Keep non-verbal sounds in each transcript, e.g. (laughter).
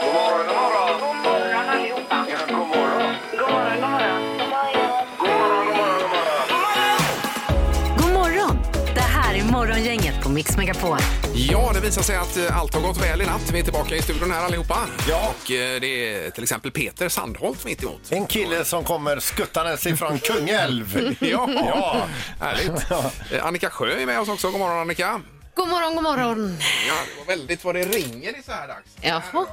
God morgon, god morgon. God morgon allihopa. Ja, god morgon. God morgon, god morgon. God morgon, god morgon, god God morgon. morgon! Det här är Morgongänget på Mix Megapol. Ja, det visar sig att eh, allt har gått väl i natt. Vi är tillbaka i studion här allihopa. Ja. Och eh, det är till exempel Peter Sandholt mitt emot. En kille som kommer skuttandes (laughs) ifrån Kungälv. Ja, Ja. härligt. Eh, Annika Sjö är med oss också. God morgon Annika. God morgon, god morgon. Ja, det var väldigt vad det ringer i så här dags. Jaha.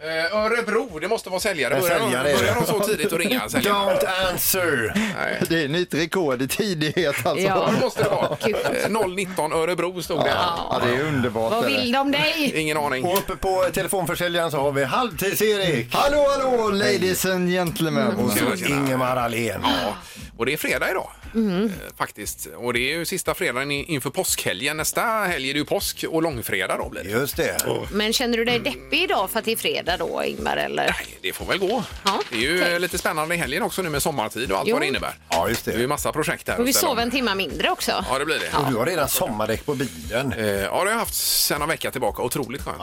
Eh, Örebro, det måste vara säljare. En Börjar, Eh, säljare är de, det. börjar de så tidigt att ringa? Säljare? Don't answer. Alltså, Nej. Det är nytt rekord i tidighet alltså. Ja, Ja. det måste det vara. Eh, 019 Örebro stod det. det är underbart. Vad är det. vill de dig? Ingen aning. Och uppe på telefonförsäljaren så har vi halvtids-Erik. Hallå, hallå ladies and gentlemen. Mm. Och så Mm. Tjena, tjena. Ingemar Ahlén. Ja, och det är fredag idag mm. eh, faktiskt. Och det är ju sista fredagen i- inför påskhelgen. Nästa helg är det ju påsk och långfredag då blir det. Just det. Men känner du dig deppig idag för att det är fredag då, Ingmar? Eller? Mm. Nej, Det får väl gå. Ja, det är ju eh, lite spännande i helgen också nu med sommartid och allt Jo. vad det innebär. Ja, just Det är ju det. massa projekt här. Och vi att ställa sover om. en timme mindre också. Ja, det blir det. Och du har redan sommardäck på bilen. Eh, Ja, det har jag haft sedan en vecka tillbaka. Otroligt skönt.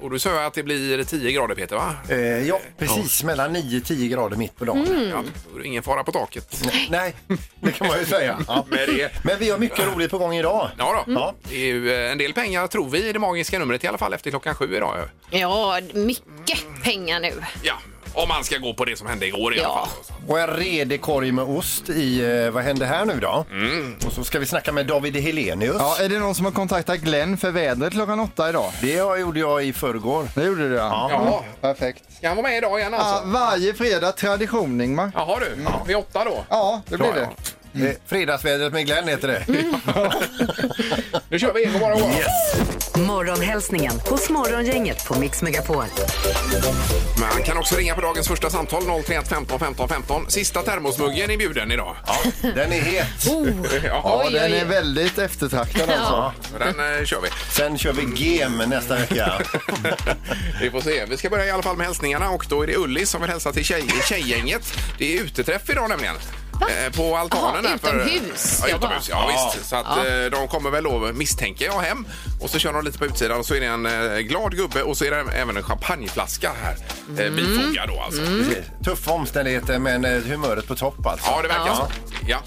Och du sa jag att det blir 10 grader Peter, va? Eh, ja, precis mellan 9-10 grader mitt på dagen. Mm. Ja, då är det ingen fara på taket. (laughs) Nej, det kan man ju säga. Ja. Med det. Men vi har mycket roligt på gång idag. Ja, då. Ja. Det är ju eh, en del pengar tror vi i det magiska numret i alla fall efter klockan sju idag. eh. ju. Ja, mycket pengar nu. Ja, om man ska gå på det som hände igår i alla Ja. fall. Och en redig korg med ost i eh, Vad händer här nu då? Mm. Och så ska vi snacka med David Helenius. Ja, är det någon som har kontaktat Glenn för vädret klockan åtta idag? Det jag gjorde jag i förrgår. Det gjorde du ja. eh, Mm. Ja, Perfekt. ska han vara med idag igen Ja, alltså? varje fredag tradition Ingmar. Jaha du, vid åtta då. Ja, det blir det. Eh, Fredagsvädret med Glenn (laughs) heter det. Nu kör vi in och bara går. Morgonhälsningen hos Morgongänget på Mix Megapol. Man kan också ringa på dagens första samtal 031 15 15 15. Sista termosmuggen är bjuden idag. Den är het. (laughs) Ja, Oh. Ja, Oj, den oj, är oj. väldigt eftertraktad alltså. den eh, kör vi. Sen kör vi gem nästa vecka. (laughs) Vi får se. Vi ska börja i alla fall med hälsningarna och då är det Ullis som vill hälsa till tjej, tjejgänget. Det är uteträff idag nämligen. Eh, På altanen. Jaha, här för- utomhus. Ja, Jag bara- utomhus. Ja, visst. Så att, eh, de kommer väl då, misstänker jag, hem. Och så kör de lite på utsidan och så är det en eh, glad gubbe och så är det även en champagneflaska här mm. bifogad då alltså. Tuffa omständigheter men eh, humöret på topp alltså. Ja, det verkar Ja. så. Ja.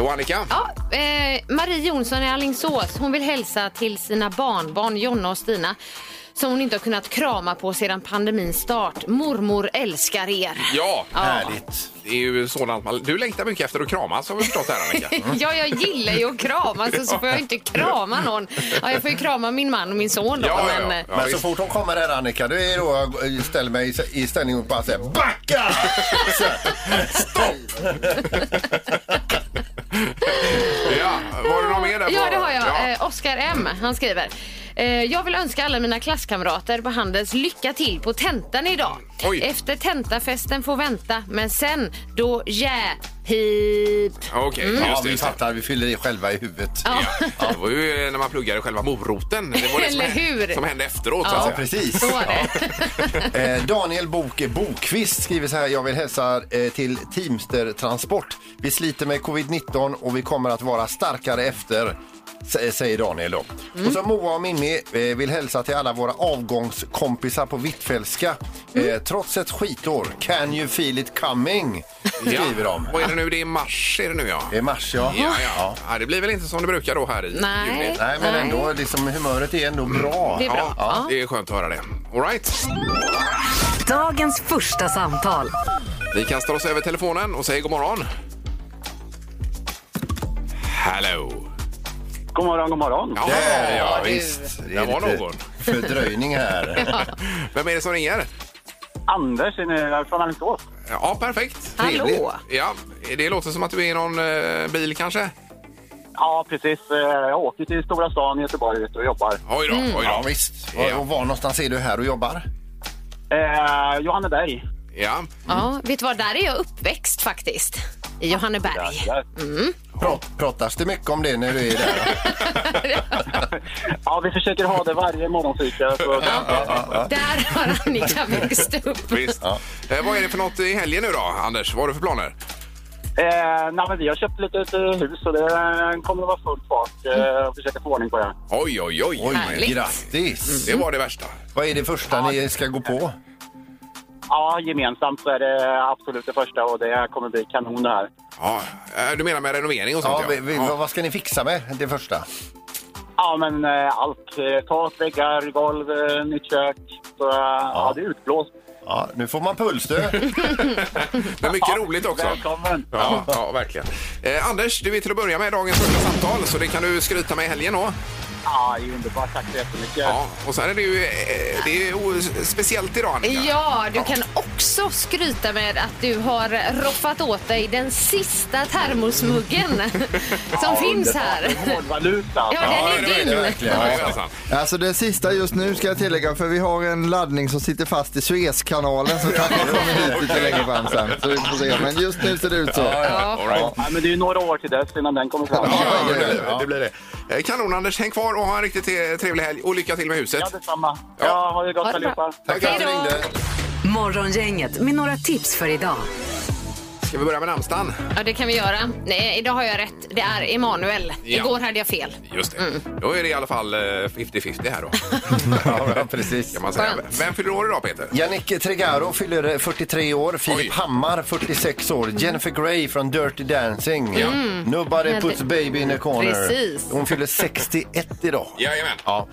Och Annika? Ja, eh, Marie Jonsson i Alingsås hon vill hälsa till sina barnbarn Jonna och Stina som hon inte har kunnat krama på sedan pandemins start. Mormor älskar er. Ja. Härligt. Det är ju sådant man... Du längtar mycket efter att kramas har vi förstått här (laughs) Annika. (laughs) Ja, jag gillar ju att krama, så, så får jag inte krama någon. Ja, jag får ju krama min man och min son då. Ja, ja, ja. men, eh, Ja, Men så visst. fort hon kommer här Annika, då är då jag eh, ställer mig i- i ställning och bara (laughs) säger backa! Stopp! Ja, var det någon mer där? på- Ja, det har jag. Ja. Eh, Oskar M, han skriver. Eh, jag vill önska alla mina klasskamrater på Handels lycka till på tentan idag. Mm, Oj. Efter tentafesten får vänta, men sen då yeah, pip. Okej, Mm. Ja, just det. vi Just det. fattar. Vi fyller i själva i huvudet. Ja. det var ju eh, när man pluggade själva moroten. Det var det som, Eller hur? som hände efteråt. så Ja. att Ja, säga. precis. Så var det. Eh, Daniel Bok Bokvist skriver så här. Jag vill hälsa eh, till Teamster Transport. Vi sliter med covid-19 och vi kommer att vara starkare efter, sä- säger Daniel då. Mm. Och så Moa och Mimmi eh, vill hälsa till alla våra avgångskompisar på Hvitfeldtska. Eh, Mm. trots ett skitår, can you feel it coming? Skriver de. Vad är det nu? Det är mars är det nu ja. Det är mars, ja. Ja, ja. ja, det blir väl inte som det brukar då här i Nej. juni. Nej, men Nej. ändå, liksom, humöret är ändå bra. Det är bra. Ja, det är skönt att höra det. All right. Dagens första samtal. Vi kastar oss över telefonen och säger god morgon. Hello. God morgon, god morgon. Ja, Där, ja ja, visst. visst. Det var lite någon. Fördröjning här. (laughs) Vem är det som ringer? Anders är ni från Alingsås. (laughs) Ja, perfekt. Trevligt. Hallå! Ja, det låter som att du är i någon eh, bil kanske? Ja, precis. Eh, Jag åker till Stora stan i Göteborg vet du, och jobbar. Oj då, oj Mm. Ja, då. visst. Ja. Och var någonstans är du här och jobbar? Eh, Johanneberg. Ja. Mm. Mm. Ja, vet du vad? Där är jag uppväxt faktiskt. I Johanneberg. Där. Mm. Prat, pratas det mycket om det när du är där? (laughs) Ja, vi försöker ha det varje morgonfika. Så... Där har (laughs) Annika växt upp. Visst. Eh, vad är det för något i helgen nu då, Anders? Vad har du för planer? Eh, nej, men vi har köpt lite ett eh, hus så det eh, kommer att vara full fart eh, och försöka få ordning på det. Oj, oj, oj. Mm. Oj, Härligt. grattis! Det var det värsta. Vad är det första ni ska gå på? Ja, gemensamt så är det absolut det första och det kommer bli kanon det här. Ja, eh, du menar med renovering och sånt? Ja, vi, vi, Ja. Vad ska ni fixa med det första? Ja, men eh, allt. Eh, tak, väggar, golv, eh, nytt kök. Så eh, ja. det är utblåst. Ja, nu får man puls (laughs) du. Men mycket roligt också. Välkommen! Ja, ja, verkligen. Eh, Anders, du är till att börja med dagens första samtal så det kan du skryta med i helgen då. Ja, det är underbart. Tack så jättemycket. Ja, och sen är det ju eh, det är o- speciellt idag Annika. Ja, du kan också skryta med att du har roffat åt dig den sista termosmuggen (laughs) som finns här. Hårdvaluta. Ja, den det är var det din. verkligen. Ja, det är (laughs) sant. Alltså det sista just nu ska jag tillägga för vi har en laddning som sitter fast i Suezkanalen så kanske det kommer hit lite längre fram sen. Så vi får se. Men just nu ser det ut så. All right. Ja, men det är ju några år till dess innan den kommer fram. Ja, Ja, det, blir det. ja. det blir det. Eh, Kanon Anders, häng kvar och ha en riktigt eh, trevlig helg och lycka till med huset. Ja, detsamma. Ja. Ja, ha det gott Ha det bra. allihopa. Tack för att ni Hej då. ringde. Morgongänget med några tips för idag. Ska vi börja med namnsdagen? Ja, det kan vi göra. Nej, idag har jag rätt. Det är Emanuel. Ja. Igår hade jag fel. Just det. Mm. Då är det i alla fall eh, 50-50 här då. Ja, ja, precis. Kan man säga. Skönt. Vem fyller år idag Peter? Yannick Tregaro fyller 43 år, Filip Oj. Hammar 46 år, Jennifer Grey från Dirty Dancing. Ja. Nobody puts baby in a corner. Precis. Hon fyller 61 idag. Jajamän. Ja.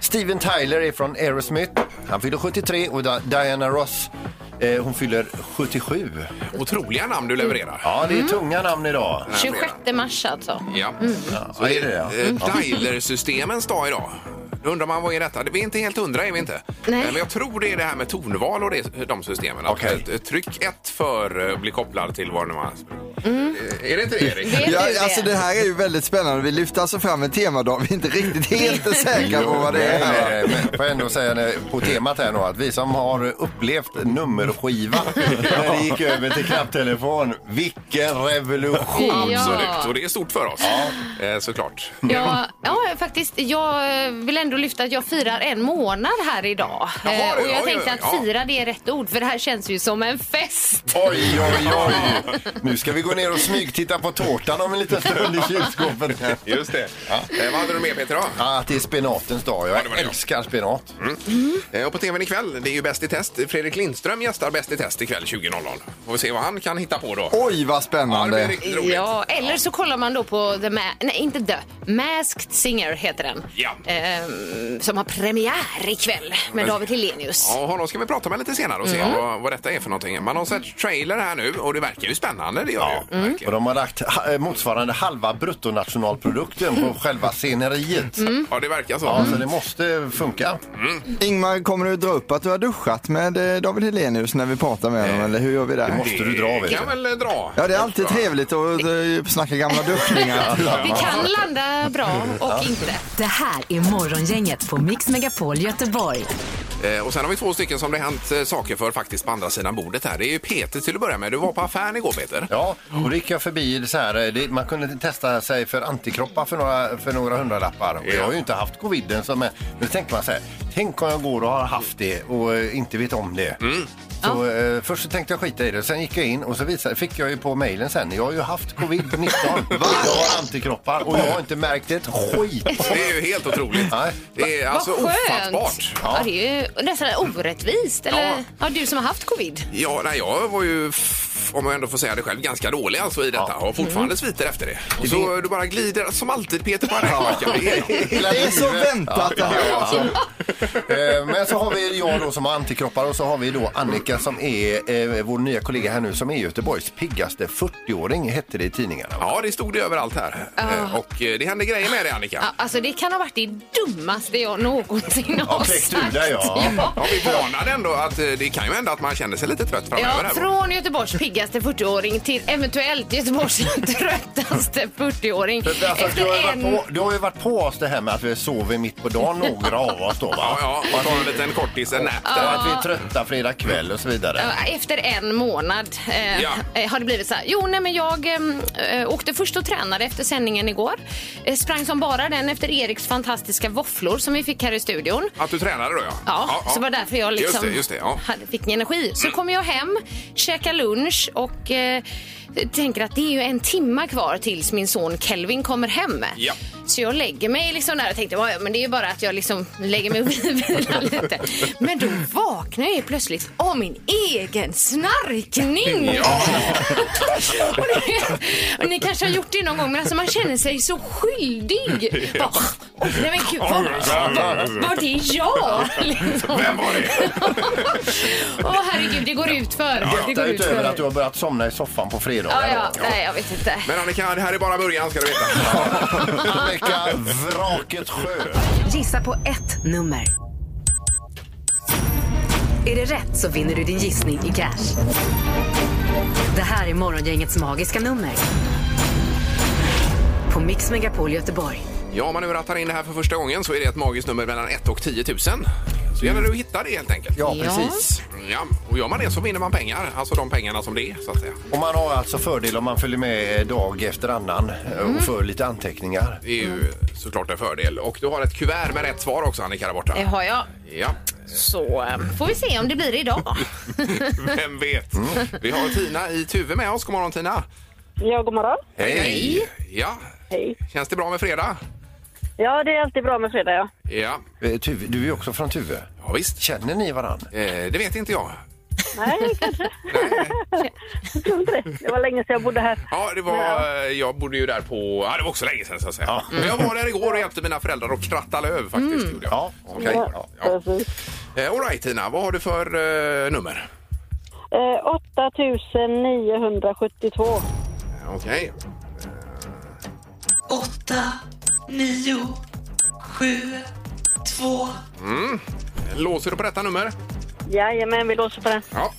Steven Tyler är från Aerosmith. Han fyller 73 och Di- Diana Ross eh, hon fyller 77. Otroliga namn du levererar. Ja, det är tunga namn idag. Den här 26 fredagen. mars alltså. Ja. Så Ja, det är det det, är eh, Dialer-systemens dag idag. Då undrar man vad är detta? Det- Vi är inte helt hundra är vi inte. Nej. Eh, Men jag tror det är det här med tonval och det, de systemen. Att, Okej. eh, Tryck ett för eh, att bli kopplad till vad det nu var. Eh, Är det inte det Erik? Vet Ja, du det? alltså det här är ju väldigt spännande. Vi lyfter alltså fram en temadag. Vi är inte riktigt helt säkra på vad det är. Nej, här, va? nej, nej, men får jag ändå säga nej, på temat här nu att vi som har upplevt (laughs) nummerskiva när det gick över till knapptelefon, vilken revolution! Absolut, och det är stort för oss. Eh, Såklart. Ja, ja, faktiskt. Jag eh, vill ändå lyfta att jag firar en månad här idag. Jaha, Eh, och oj, jag oj, tänkte oj, att ja. fira det är rätt ord, för det här känns ju som en fest. Oj, oj, oj! Nu ska vi gå ner och smygtitta på tårtan om en liten stund i kylskåpet. här. Just det. Eh, Vad hade du med Peter då? Ja, Att det är spenatens dag. Ja, det var Jag det. älskar spenat. Mm. Eh, Och på tvn ikväll, det är ju Bäst i test. Fredrik Lindström gästar Bäst i test ikväll 20.00. Får vi se vad han kan hitta på då. Oj, vad Ja, det blir spännande. riktigt roligt. Ja, eller så kollar man då på The Ma- nej, inte The, Masked Singer heter den. Ja. Mm, Ehm, som har premiär ikväll med David Hellenius. Ja, och honom ska vi prata med lite senare och se vad, vad detta är för någonting. Man har sett trailer här nu och det verkar ju spännande. Det gör det ju. Och verkligen. de har lagt ha- eh, motsvarande halva bruttonationalprodukten på själva sceneriet. Ja, det verkar så. Mm. Ja, så det måste funka. Ingmar, kommer du dra upp att du har duschat med eh, David Helenius när vi pratar med honom? Eller hur gör vi Det där? måste du dra, vet Det kan du. väl eh, dra. Ja, det är alltid trevligt att eh, snacka gamla duschningar. Vi kan landa bra och inte. Det här är Morgongänget på Mix Megapol Göteborg. Eh, Och sen har vi två stycken som det hänt eh, saker för faktiskt på andra sidan bordet här. Det är ju Peter till att börja med. Du var på affären igår Peter. Ja, och då gick jag förbi så här, eh, det, man kunde testa sig för antikroppar för några, för några hundralappar. Och jag har ju inte haft coviden, så, men nu tänker man så här, tänk om jag går och har haft det och eh, inte vet om det. Mm. Så, eh, först så tänkte jag skita i det, sen gick jag in och så visade, fick jag ju på mejlen sen, jag har ju haft covid-19, (laughs) jag har antikroppar och jag har inte märkt ett skit. Det är ju helt otroligt. Nej. Det är alltså Vad skönt! ofattbart. Ja. det är ju nästan orättvist. Eller? Ja. Ja. du som har haft covid. Ja, nej, jag var ju, f- om jag ändå får säga det själv, ganska dålig alltså i detta och fortfarande sviter efter det. Och så du bara glider som alltid Peter på (laughs) den här mackan. (laughs) Det är- Det är så väntat det här. alltså. Ja. Eh, Men så har vi jag då som har antikroppar och så har vi då Annika som är eh, vår nya kollega här nu som är Göteborgs piggaste 40-åring hette det i tidningarna. va? Ja, det stod det överallt här. Eh, Och eh, det hände grejer med det, Annika. Ja, alltså det kan ha varit det dummaste jag någonsin har kläckt sagt. ur dig, ja. Ja, vi varnade ändå att eh, det kan ju hända att man känner sig lite trött framöver. Ja, här. från Göteborgs piggaste 40-åring till eventuellt Göteborgs (laughs) tröttaste 40-åring. För att alltså, du, har ju varit på, du har ju varit på oss det här med att vi sover mitt på dagen, några av oss då va? Ja, ja, man tar en liten kortis, en nap Och där. att vi är trötta fredag kväll och så vidare. Ja, Efter en månad eh, Ja. eh, har det blivit så här. Jo, nej, men jag eh, åkte först och tränade efter sändningen igår. Eh, sprang som bara den efter Eriks fantastiska våfflor som vi fick här i studion. Att du tränade då, ja. Ja, så var det därför jag liksom Just det, just det. Ja. Mm. hade, fick energi. Så kom jag hem, käkade lunch lunch och eh, tänker att det är ju en timma kvar tills min son Kelvin kommer hem. Ja. Så jag lägger mig liksom där och tänkte "Ja, ja, men det är ju bara att jag liksom lägger mig och (laughs) vilar lite. Men då vaknar jag ju plötsligt av min egen snarkning. Ja. och det, och ni kanske har gjort det någon gång men alltså man känner sig så (laughs) skyldig. Bara, "Åh, nej men gud, vad, vad, var det jag? Liksom. Vem var det? (laughs) Åh herregud, det går ut för. Det Detta går ut utöver att du för. har börjat somna i soffan på Ja, fredagar. ja, nej jag vet inte. Men Annika, det här är bara början ska du (laughs) veta. Rebecka, vraket sjö. Gissa på ett nummer. Är det rätt så vinner du din gissning i cash. Det här är Morgongängets magiska nummer. På Mix Megapol Göteborg. Ja, om man nu rattar in det här för första gången så är det ett magiskt nummer mellan 1 och 10 000. Så gäller det att hitta det helt enkelt. Ja, Ja. precis. Ja, och gör man det så vinner man pengar, alltså de pengarna som det är så att säga. Och man har alltså fördel om man följer med dag efter annan eh, och för lite anteckningar. Mm. Det är ju såklart en fördel. Och du har ett kuvert med rätt svar också Annika där borta. Det har jag. Ja, ehm. Så eh, får vi se om det blir idag. (laughs) vem vet. Vi har Tina i Tuve med oss. God morgon Tina. Ja, god morgon. Hej. Ja, Hej. känns det bra med fredag? Ja, det är alltid bra med fredag, ja. Ja, Eh, Tuve, du är ju också från Tuve. ja visst. Känner ni varann? Eh, det vet inte jag. Nej, kanske. Jag tror inte det. Det var länge sedan jag bodde här. Ja, det var, eh, jag bodde ju där på... Ja, det var också länge sedan så att säga. Men jag var där igår och hjälpte mina föräldrar att kratta löv faktiskt. gjorde jag. Ja. Okej. Mm. Ja. Ja. Precis. Eh, All right, Tina, vad har du för eh, nummer? Eh, 8972. Eh, Okej. åtta, nio, sju, två. Mm. Låser du på detta nummer? Jajamän, vi låser på den. Ja.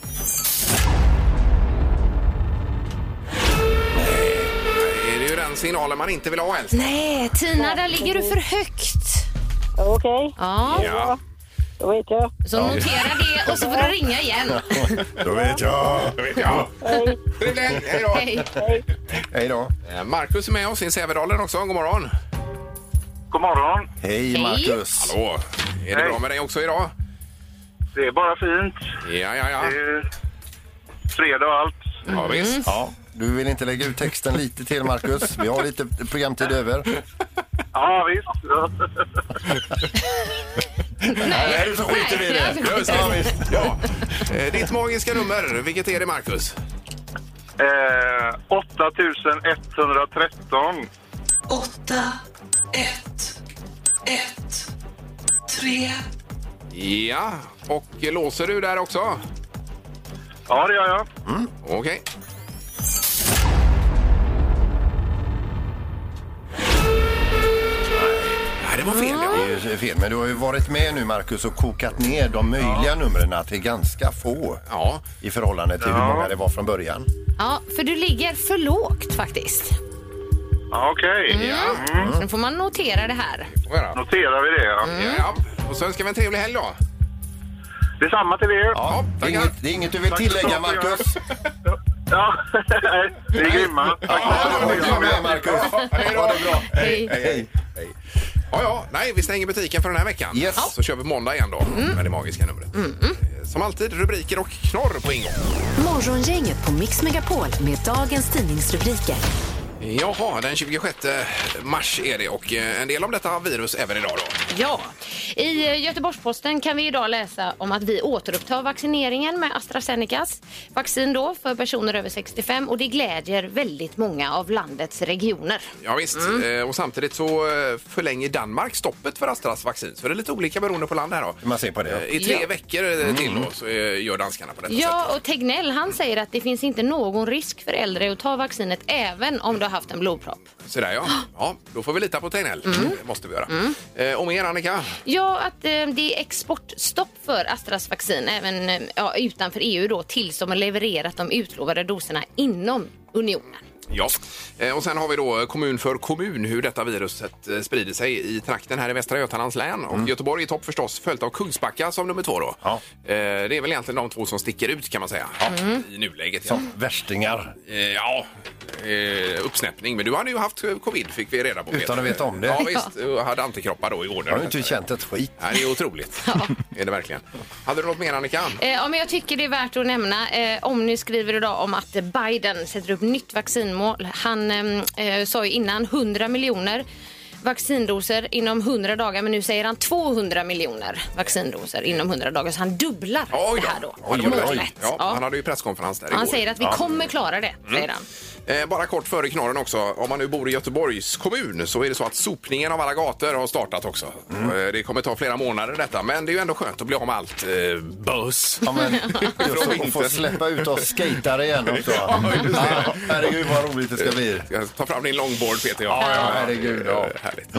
Nej, Det är ju den signalen man inte vill ha helst. Nej, Tina, där ligger du för högt. Okej, Ja, Ja. då vet jag. så notera det och så får du ringa igen. (laughs) Då vet jag. jag vet, Ja. Hej. Trevlig helg. Hej då. Hej. Hej då. Eh, Marcus är med oss i Sävedalen också. God morgon. God morgon. Hej, Marcus. Hallå. Är det Hej. bra med dig också idag? Det är bara fint. Ja, ja, ja. Det är fredag och allt. Ja, visst. Mm. Ja, du vill inte lägga ut texten lite till, Marcus. Vi har lite programtid över. Ja, visst. Nej, så skiter vi i det. Just det. Ja, visst. Ja. Eh, Ditt magiska nummer, vilket är det Marcus? Eh, 8113. Åtta, ett, ett, tre. Ja, och låser du där också? Mm. Ja, det gör jag. Okej. Nej, det var fel. Ja. Det är ju fel, men du har ju varit med nu, Marcus, och kokat ner de möjliga numren till ganska få Ja, i förhållande till hur Ja. många det var från början. Ja, för du ligger för lågt faktiskt. Ja, Okej, Mm. Så Mm. nu får man notera det här. får jag då. noterar vi det. Ja. Mm. ja. Och så önskar vi en trevlig helg då. Detsamma till er. Ja, det, är tackar. inget, det är inget du vill tillägga, Tack så mycket. Marcus. Ja, (laughs) ni är grymma. Tack Ja, så du är med, mycket. Marcus. Hej då. Ha det bra. Hej. Hej. Ja, ja. Nej, vi stänger butiken för den här veckan. Yes. Ja. Så kör vi måndag igen då med det magiska numret. Eh, Som alltid rubriker och knorr på ingång. Morgongänget på Mix Megapol med dagens tidningsrubriker. Jaha, den 26 mars är det och eh, en del om detta virus även idag då. Ja, i eh, Göteborgs-Posten kan vi idag läsa om att vi återupptar vaccineringen med AstraZenecas vaccin då för personer över 65 och det glädjer väldigt många av landets regioner. Ja, visst. Mm. Eh, Och samtidigt så eh, förlänger Danmark stoppet för Astras vaccin. Så det är lite olika beroende på land här då. Man ser på det. Mm. Eh, I tre Ja. veckor eh, till då så eh, gör danskarna på detta sättet. Ja, och Tegnell han säger att det finns inte någon risk för äldre att ta vaccinet även om du har haft en blodpropp. Sådär Ah. ja. ja. Då får vi lita på Tegnell. Mm. Det måste vi göra. Eh, Och mer Annika? Ja, att eh, det är exportstopp för Astras vaccin även E eh, ja, utanför EU då tills de har levererat de utlovade doserna inom unionen. Ja. Eh, Och sen har vi då kommun för kommun hur detta viruset eh, sprider sig i trakten här i Västra Götalands län. Och Göteborg i topp förstås, följt av Kungsbacka som nummer två då. Mm. Ja. Eh, Det är väl egentligen de två som sticker ut kan man säga i nuläget. Ja, Värstingar. Eh, ja. Eh, uppsnäppning. Men du hade ju haft covid fick vi reda på. Peter. Utan att veta om det. Ja visst, och hade antikroppar då i år. Jag har ju inte känt ett skit. Nej, det är otroligt. är det verkligen. Hade du något mer Annika? Eh, ja, men jag tycker det är värt att nämna. Eh, om ni skriver idag om att Biden sätter upp nytt vaccinmål. Han ehm, eh, sa ju innan 100 miljoner vaccindoser inom 100 dagar, men nu säger han 200 miljoner vaccindoser inom 100 dagar, så han dubblar det här då. Oj, oj, oj. målet. Ja, Ja. Han hade ju presskonferens där igår. Han säger att vi Ja. kommer klara det, säger han. Eh, Bara kort före knorren också. Om man nu bor i Göteborgs kommun så är det så att sopningen av alla gator har startat också. Mm. Eh, Det kommer ta flera månader detta, men det är ju ändå skönt att bli av med allt eh, bös. (laughs) Ja, men, just att få vintern. släppa ut oss skatare igen också. Mm. Ja, just det. Ja, herregud vad roligt det ska bli. Jag tar fram din longboard, Peter. Ja, ja, herregud, ja. Eh, Härligt.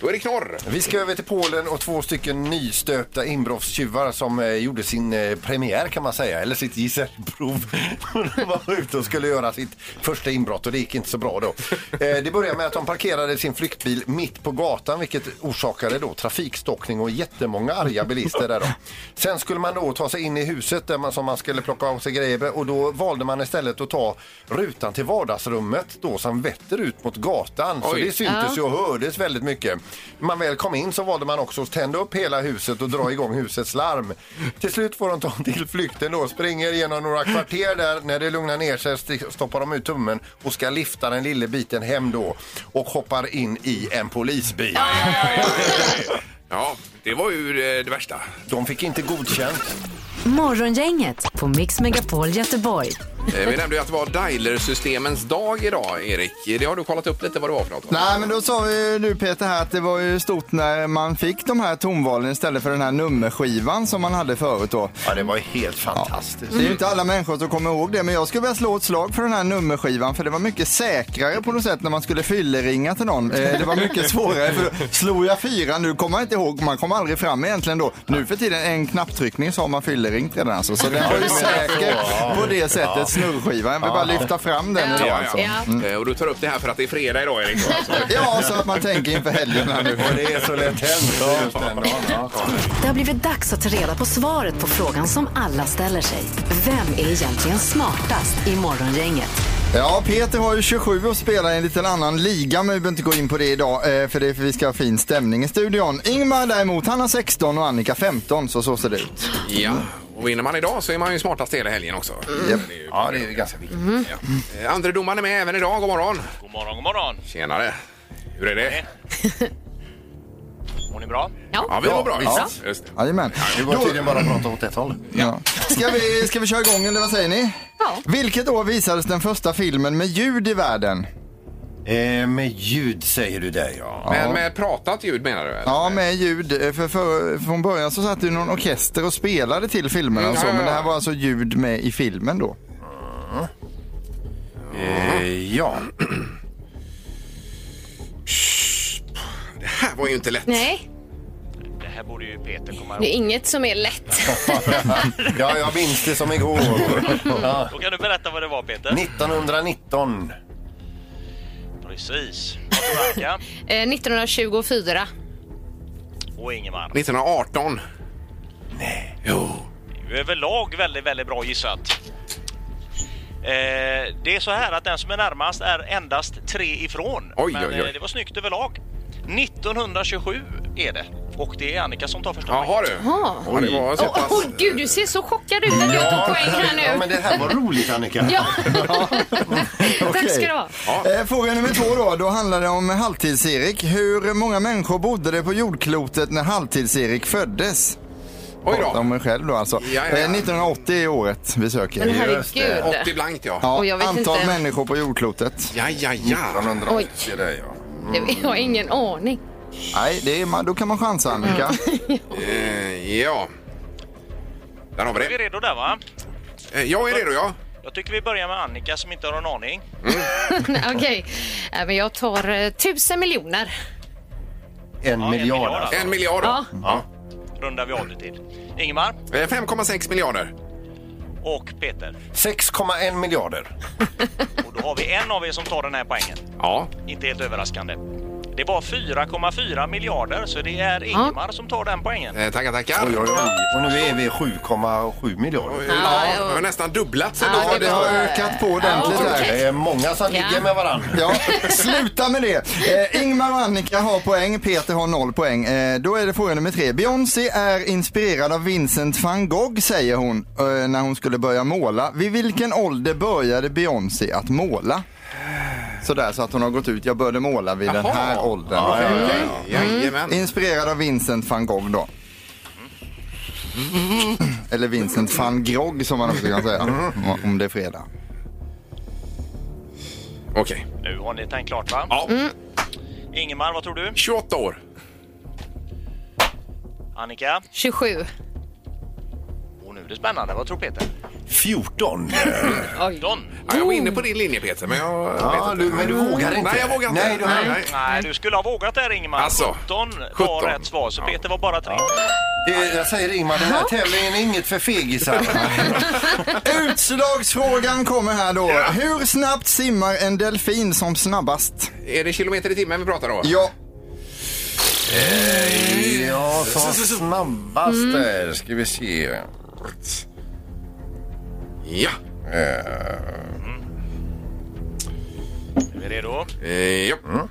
Då är det knorr. Vi ska över till Polen och två stycken nystöpta inbrottstjuvar som eh, gjorde sin eh, premiär kan man säga, eller sitt gesällprov. (laughs) de var ute och skulle göra sitt första inbrott och det gick inte så bra då. Eh, det började med att de parkerade sin flyktbil mitt på gatan vilket orsakade då trafikstockning och jättemånga arga bilister där då. Sen skulle man då ta sig in i huset där man, som man skulle plocka av sig grejer med, och då valde man istället att ta rutan till vardagsrummet då som vetter ut mot gatan. Så Oj. det syntes ju och hördes väldigt mycket. När man väl kom in så valde man också att tända upp hela huset och dra igång husets larm. Till slut får de ta till flykten då, springer genom några kvarter där. När det lugnar ner sig st- stoppar de ut tummen och ska lyfta den lilla biten hem då och hoppar in i en polisbil. Ja, det var ju eh, det värsta. De fick inte godkänt. Morgongänget på Mix Megapol Göteborg. Eh, Vi nämnde ju att det var Dialer-systemens dag idag, Erik. Det har du kollat upp lite vad det var för något? va? Nej, men då sa vi ju nu Peter här att det var ju stort när man fick de här tomvalen istället för den här nummerskivan som man hade förut då. Mm. Ja, det var ju helt fantastiskt. Det är ju inte alla människor som kommer ihåg det, men jag skulle vilja slå ett slag för den här nummerskivan för det var mycket säkrare på något sätt när man skulle fylleringa till någon. Eh, Det var mycket svårare för då slog jag fyra nu kommer jag inte ihåg, man kommer aldrig fram egentligen då. Nu för tiden en knapptryckning så har man fylleringt redan alltså. Så den var ju säker på det sättet, snurrskivan. Jag vill bara lyfta fram den idag alltså. Eh, Och du tar upp det här för att det är fredag idag, Erik. då, Alltså. (laughs) Ja, så att man tänker inför helgen här nu. Och det är så lätt hänt. Ja, just den dagen, ja. Det har blivit dags att ta reda på svaret på frågan som alla ställer sig. Vem är egentligen smartast i Morgongänget? Ja, Peter har ju 27 och spelar i en liten annan liga, men vi behöver inte gå in på det idag eh, för, det, för vi ska ha fin stämning i studion. Ingmar däremot, han har 16 och Annika 15, så så ser det ut. Ja. Och vinner man idag så är man ju smartast hela helgen också. Det är ju- ja, det är ju ganska viktigt. Mm. Ja. Eh, Andre domaren är med även idag. God morgon! God morgon, god morgon. Tjenare! Hur är det? Mår ni bra? Ja, vi mår bra. Ja. Visst. Just det. Jajamän. Det går tydligen bara att prata åt ett håll. Ja. Ska, vi, ska vi köra igång eller vad säger ni? Ja. Vilket år visades den första filmen med ljud i världen? Eh, med ljud säger du det, ja. Men med pratat ljud menar du? eller? Ja, med ljud. eh, För, för, från början så satt ju någon orkester och spelade till filmerna och så, Ja, ja, men det här ja. var alltså ljud med i filmen då. Eh, ja. Det här var ju inte lätt. Nej, Det här borde ju Peter komma det ihåg. är inget som är lätt. (laughs) Ja, jag minns det som igår. Ja. Då kan du berätta vad det var Peter. 1919. Precis. Vad tror (laughs) du, Anka? Eh, 1924. Och Ingemar. 1918. Nej. Jo. Du är överlag väldigt, väldigt bra gissat. Eh, det är så här att den som är närmast är endast tre ifrån. Oj, Men oj, oj. eh, det var snyggt överlag. 1927 är det. Och det är Annika som tar första Jaha du. Ja. Ja, det var så Åh pass. åh, gud, du ser så chockad ut att jag tog poäng här nu. Ja, men det här var roligt, Annika. Ja. Tack ska Okej. du ha. Eh, Fråga nummer två då, då handlar det om Halvtids-Erik. Hur många människor bodde det på jordklotet när Halvtids-Erik föddes? Oj Prata då. Om mig själv då alltså. Ja, ja, ja. Eh, 1980 är året vi söker. Men Just det. herregud. 80 blankt ja. Ja, Och jag vet antal inte. människor på jordklotet. Ja, ja, ja. 1900. Oj. Det är det, ja. Det- Jag har ingen aning. Nej, det är, man- då kan man chansa Annika. Mm. (laughs) Eh, ja. Där har vi Är vi det. redo där va? Eh, Jag är redo ja. Jag tycker vi börjar med Annika som inte har någon aning. (laughs) Okej. Nej, men jag tar eh, tusen miljoner. En en miljard. miljard, alltså. En miljard då. Ja. Rundar vi av det till. Ingemar Eh, 5,6 miljarder. och Peter. 6,1 miljarder. Och då har vi en av er som tar den här poängen. Ja. Inte helt överraskande. Det var 4,4 miljarder, så det är Ingemar som tar den poängen. Eh, Tackar, tackar. Oj, oj, oj. Och nu är vi 7,7 miljarder. Ja, jo. det har nästan dubblat sen Ja, ja, det Det har var- ökat på ordentligt här. Det är många som Ja. ligger med varandra. Ja, sluta med det. Eh, Ingmar och Annika har poäng, Peter har noll poäng. Eh, då är det fråga nummer tre. Beyoncé är inspirerad av Vincent van Gogh, säger hon eh, när hon skulle börja måla. Vid vilken ålder började Beyoncé att måla? Sådär så att hon har gått ut, jag började måla vid den här åldern. Mm. Ja, okej. Jajamän. Inspirerad av Vincent van Gogh då. (clears throat) Mm. Eller Vincent van Grogg som man också kan säga. Mm. om- Om det är fredag. Okej. Nu har ni tänkt klart, va? Ja. Ingemar, vad tror du? 28 år. Annika? 27. Och nu är det spännande. Vad tror Peter? 14. Don? Ja, jag var inne på din linje Peter, men jag Ja, vet inte. du- men du vågar inte. Nej, jag vågar inte. Nej, du- nej. Nej, du skulle ha vågat där Ingemar. Alltså, 17 var 17. rätt svar, så Peter var bara tre. Eh, Jag säger Ingmar, den här tävlingen är inget (laughs) för fegisar. (laughs) Utslagsfrågan kommer här då. Hur snabbt simmar en delfin som snabbast? Är det kilometer i timmen vi pratar då? Ja, Ja, som snabbast där ska vi se. Ja. Är vi redo? Eh, ja. Mm.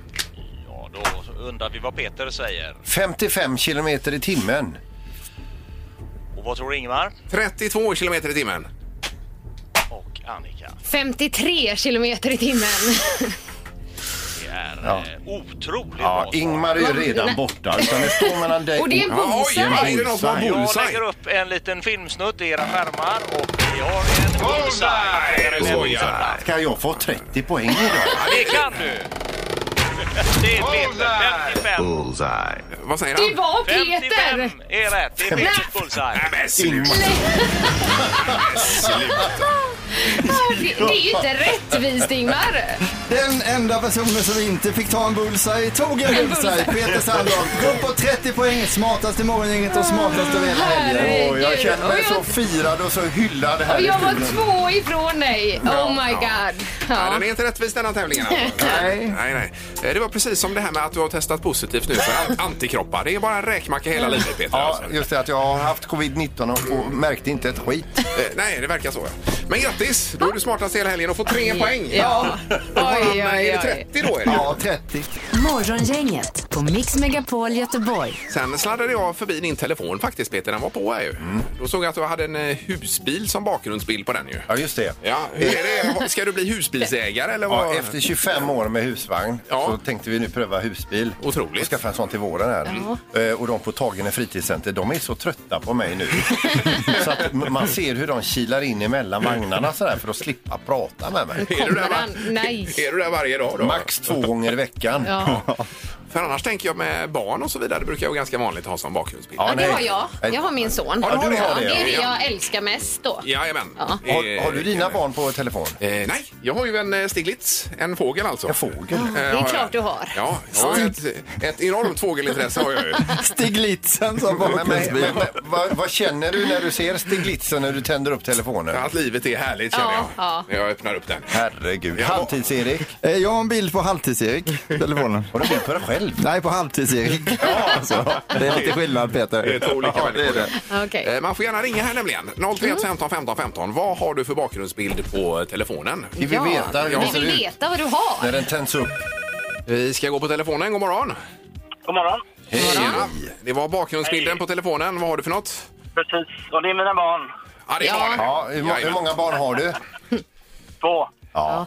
Ja, då undrar vi vad Peter säger. 55 kilometer i timmen. Och vad tror Ingemar? 32 kilometer i timmen. Och Annika? 53 kilometer i timmen. (laughs) Det är Ja. eh, otroligt bra Ja, svar. Ingmar är ju redan Nej. borta. Utan det står mellan (laughs) dig Och det är en Ja, oj, bullseye. ja, är det någon som har Jag bullseye? lägger upp en liten filmsnutt i era skärmar och vi har en bullseye. Nej, du skojar. Ska jag få 30 poäng idag? Det kan du! Det är Peter, 55. Vad säger Det han? var Peter! 55 är rätt. Det är Peters bullseye. Nej, men sluta. Ja, Det, det är ju inte rättvist, Ingmar. den enda personen som inte fick ta en bullseye tog en bullseye. Peter Sandholm, gå på 30 poäng, smartast i morgongänget och smartast över hela helgen. Åh, jag känner mig Och jag- så firad och så hyllad här Och i jag var studion. två ifrån dig. Oh my god. Nej, Ja. den är inte rättvis denna (laughs) tävlingen. (laughs) Alltså. Nej. nej, nej. Eh, Det var precis som det här med att du har testat positivt nu för an- antikroppar. Det är bara en räkmacka hela livet Peter. Ja, alltså. just det att jag har haft covid-19 och, och märkte inte ett skit. Eh, Nej, det verkar så. ja. Men grattis! Då är du smartast hela helgen och får tre poäng. Ja. Oj, oj, eh, Är det oj. 30 då? Är det? Ja, 30. Morgongänget på Mix Megapol Göteborg. Sen sladdade jag förbi din telefon faktiskt Peter, den var på här ju. Mm. Då såg jag att du hade en eh, husbil som bakgrundsbild på den ju. Ja, just det. Ja, hur är det? Ska du bli husbilsägare eller vad? Ja, efter 25 år med husvagn Ja. så tänkte vi nu pröva husbil. Otroligt. Mm. Och skaffa en sån till våren här. Eh, Och de på Tagene fritidscenter, de är så trötta på mig (laughs) nu. så att m- man ser hur de kilar in emellan vagnarna sådär för att slippa prata med mig. Är du, där var... Kommer han? Nej. är du där varje dag då? Max två gånger i veckan. Ja. (laughs) För annars tänker jag med barn och så vidare, det brukar jag vara ganska vanligt att ha som bakgrundsbild. Ja, Ja, det nej. har jag. Jag har min son. Ja, du har det. Ja, det Ja, är det ja. jag älskar mest då. Jajamän. Ja. Eh, Har, har du dina barn på telefon? Eh, nej, jag har ju en eh, stiglitz, en fågel alltså. En fågel? Eh, är har jag. klart du har. Ja, jag har ju ett, ett enormt fågelintresse har jag ju. Stiglitzen som Men, men, bakgrundsbild. men, men, vad, vad känner du när du ser Stiglitzen när du tänder upp telefonen? Att livet är härligt känner jag. Ja, ja. När jag öppnar upp den. Herregud. Ja. Halvtids-Erik. Eh, Jag har en bild på halvtids-Erik, telefonen. Har du bild på dig själv? Nej, på halvtids-Erik. Alltså, det är lite skillnad Peter. Det är två olika ja, det är det. (laughs) Okej. Eh, Man får gärna ringa här nämligen. 031 Mm. 15 15 15. Vad har du för bakgrundsbild på eh, telefonen? Vi vill veta hur det Vi ser vill ut veta vad du när har. den tänds upp. Vi ska gå på telefonen. God morgon. God morgon. Hej. Tjena. Det var bakgrundsbilden på telefonen. Vad har du för något? Precis, och det är mina barn. Ja, det är barn. Ja, hur, må- hur Jajamän. många barn har du? Två. Ja.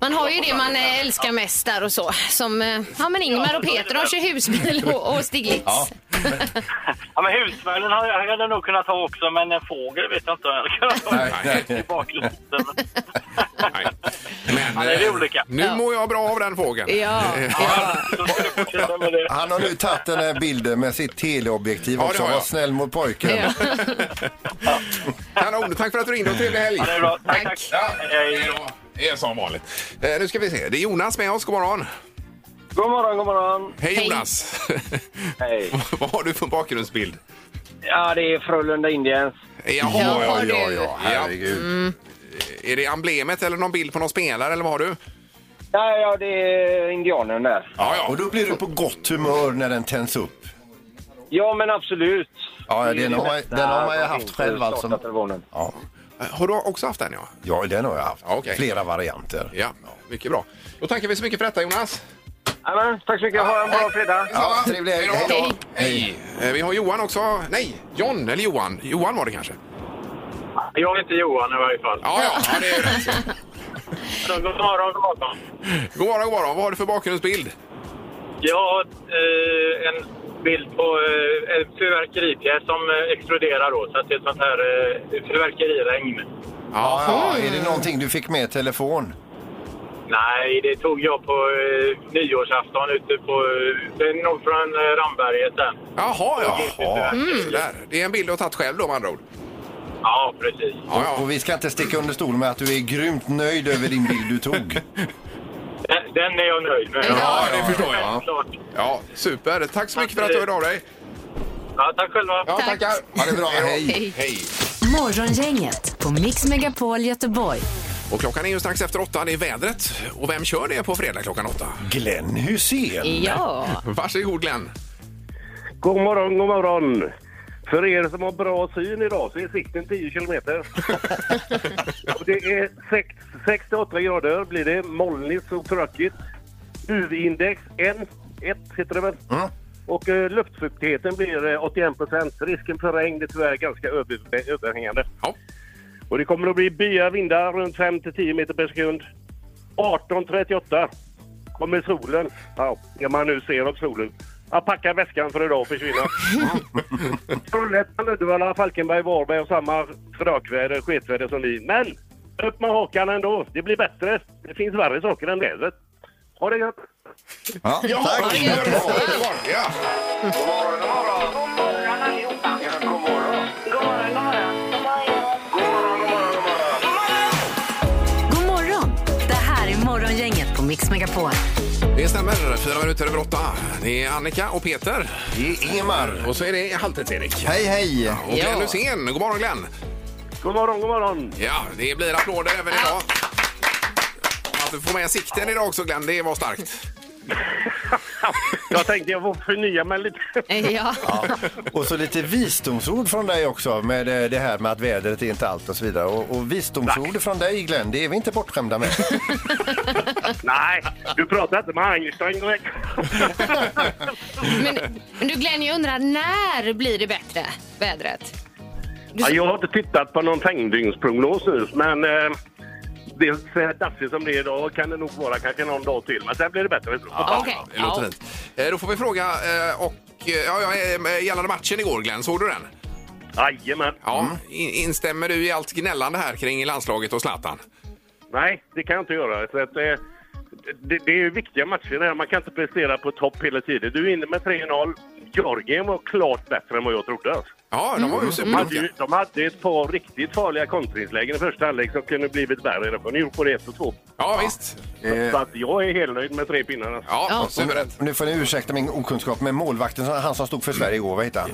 Man har ju det man eh, älskar mest där och så. Som eh, ja, men Ingmar och Peter, de kör husbil och, och Stiglitz. (laughs) Ja, men husvagnen hade jag hade nog kunnat ha också, men en fågel vet jag inte (laughs) om jag hade kunnat ha Nej. i bakgrunden. (laughs) Nej. Men, Ja, det är eh, olika. Nu mår jag bra av den fågeln. Ja. (laughs) Så ska du fortsätta med det. Han har nu tagit den här bilden med sitt teleobjektiv Ja, det också. har jag. Var snäll mot pojken. Ja. (laughs) Kanon. Tack för att du ringde och trevlig helg. Ja, det är bra. Tack, tack. Tack. Ja, Hej. hej då. Det är som vanligt. Eh, nu ska vi se. Det är Jonas med oss. God morgon. God morgon, god morgon. Hej, Hej. Jonas. Hej. (laughs) Vad har du för bakgrundsbild? Ja, det är Frölunda Indians. Jaha, Ja, ja, du. ja, ja. Herregud. Är det emblemet eller någon bild på någon spelare eller vad har du? Ja, ja, det är indianen där. Ja, ja. Och då blir du på gott humör när den tänds upp. Ja, men absolut. Ja, den har man, bästa den har man ju som haft finns. själv alltså. Starta telefonen. Ja, Eh, Har du också haft den ja? ja den har jag haft. Ja, okej. Flera varianter. Ja, mycket bra. Då tackar vi så mycket för detta Jonas. Ja, men, tack så mycket. Ha en bra fredag. Ja, trevlig helg. Hej då. Hej. Hej. Eh, Vi har Johan också. Nej, John eller Johan. Johan var det kanske? Jag heter Johan i varje fall. Ja, ja, ja det är rätt. God morgon, god morgon. God morgon, god morgon. Vad har du för bakgrundsbild? Jag har eh, en bild på eh, en fyrverkeripjäs som eh, exploderar då, så att det är ett sånt här eh, fyrverkeriregn. Ja, ja, är det någonting du fick med telefon? Nej, det tog jag på eh, nyårsafton ute på... Eh, det är nog från eh, Ramberget där. Jaha, Jaha. jaha. Sådär. Det är en bild du har tagit själv då med andra ord. Ja, precis. Ja, ja. Och vi ska inte sticka under stol med att du är grymt nöjd över din bild du tog. Den, den är jag nöjd med. Ja, det förstår jag. Självklart. Ja, super. Tack så mycket för att du hörde av dig. Ja, tack själva. Ja, Tack. tackar. Ha det bra, hej. Hej. Hej. Morgongänget på Mix Megapol Göteborg. Och klockan är ju strax efter åtta. Det är vädret. Och vem kör det på fredag klockan åtta? Glenn Hussein. Ja. Varsågod Glenn. God morgon, god morgon. För er som har bra syn idag så är sikten 10 kilometer. Och det är 68 grader blir det, molnigt och tråkigt. UV-index 1, 1 heter det väl. Mm. Och eh, luftfuktigheten blir eh, 81 procent. Risken för regn är tyvärr ganska över, överhängande. Ja. Och det kommer att bli byar, vindar runt 5-10 meter per sekund. 18.38 kommer solen. Ja, ja, man nu ser av solen. Jag packar väskan för idag (laughs) och försvinna. Trollhättan, Uddevalla, Falkenberg, Varberg och samma frökväder, sketväder som vi. Men upp med hakan ändå. Det blir bättre. Det finns värre saker än vädret. Ha det gött! Ja, tack. Ja. morgon allihopa. God morgon, god morgon. God morgon! Det här är Morgongänget på Mix Megapol. Det stämmer. Fyra minuter över åtta. Det är Annika och Peter. Det är Emar. Och så är det Halvtids-Erik. Hej, hej. Och Glenn Hussein. God morgon Glenn. God morgon, god morgon! Ja, det blir applåder även idag. Att du får med sikten idag också Glenn, det var starkt. (laughs) Jag tänkte jag får förnya mig lite. Eh, ja. Och så lite visdomsord från dig också med eh, det här med att vädret är inte allt och så vidare. Och, och visdomsord från dig Glenn, det är vi inte bortskämda med. Nej, du pratar inte med Einstein direkt. Men, men du Glenn, jag undrar när blir det bättre, vädret? Ja, jag har inte tittat på någon femdygnsprognos nu, men eh, det är så här dassigt som det är idag kan det nog vara kanske någon dag till. Men sen blir det bättre. Ja, Okej. Det låter Ja. fint. Eh, Då får vi fråga eh, och, eh, ja, ja, eh, gällande matchen igår Glenn, såg du den? Jajamän. Ja. In, instämmer du i allt gnällande här kring landslaget och Zlatan? Nej, det kan jag inte göra. Så att, eh, det, det är ju viktiga matcher det här. Man kan inte prestera på topp hela tiden. Du är inne med 3-0. Georgien var klart bättre än vad jag trodde. alltså. Mm. Ja, de var ju De hade, superduktiga. ju, de hade ett par riktigt farliga kontringslägen i första halvlek som kunde blivit värre. De kunde gjort både ett och två. Ja, visst. Så att jag är helt nöjd med tre pinnar. alltså. (laughs) Ja, Ja. suveränt. Nu får ni ursäkta min okunskap, men målvakten, han som stod för Sverige igår, vad heter han?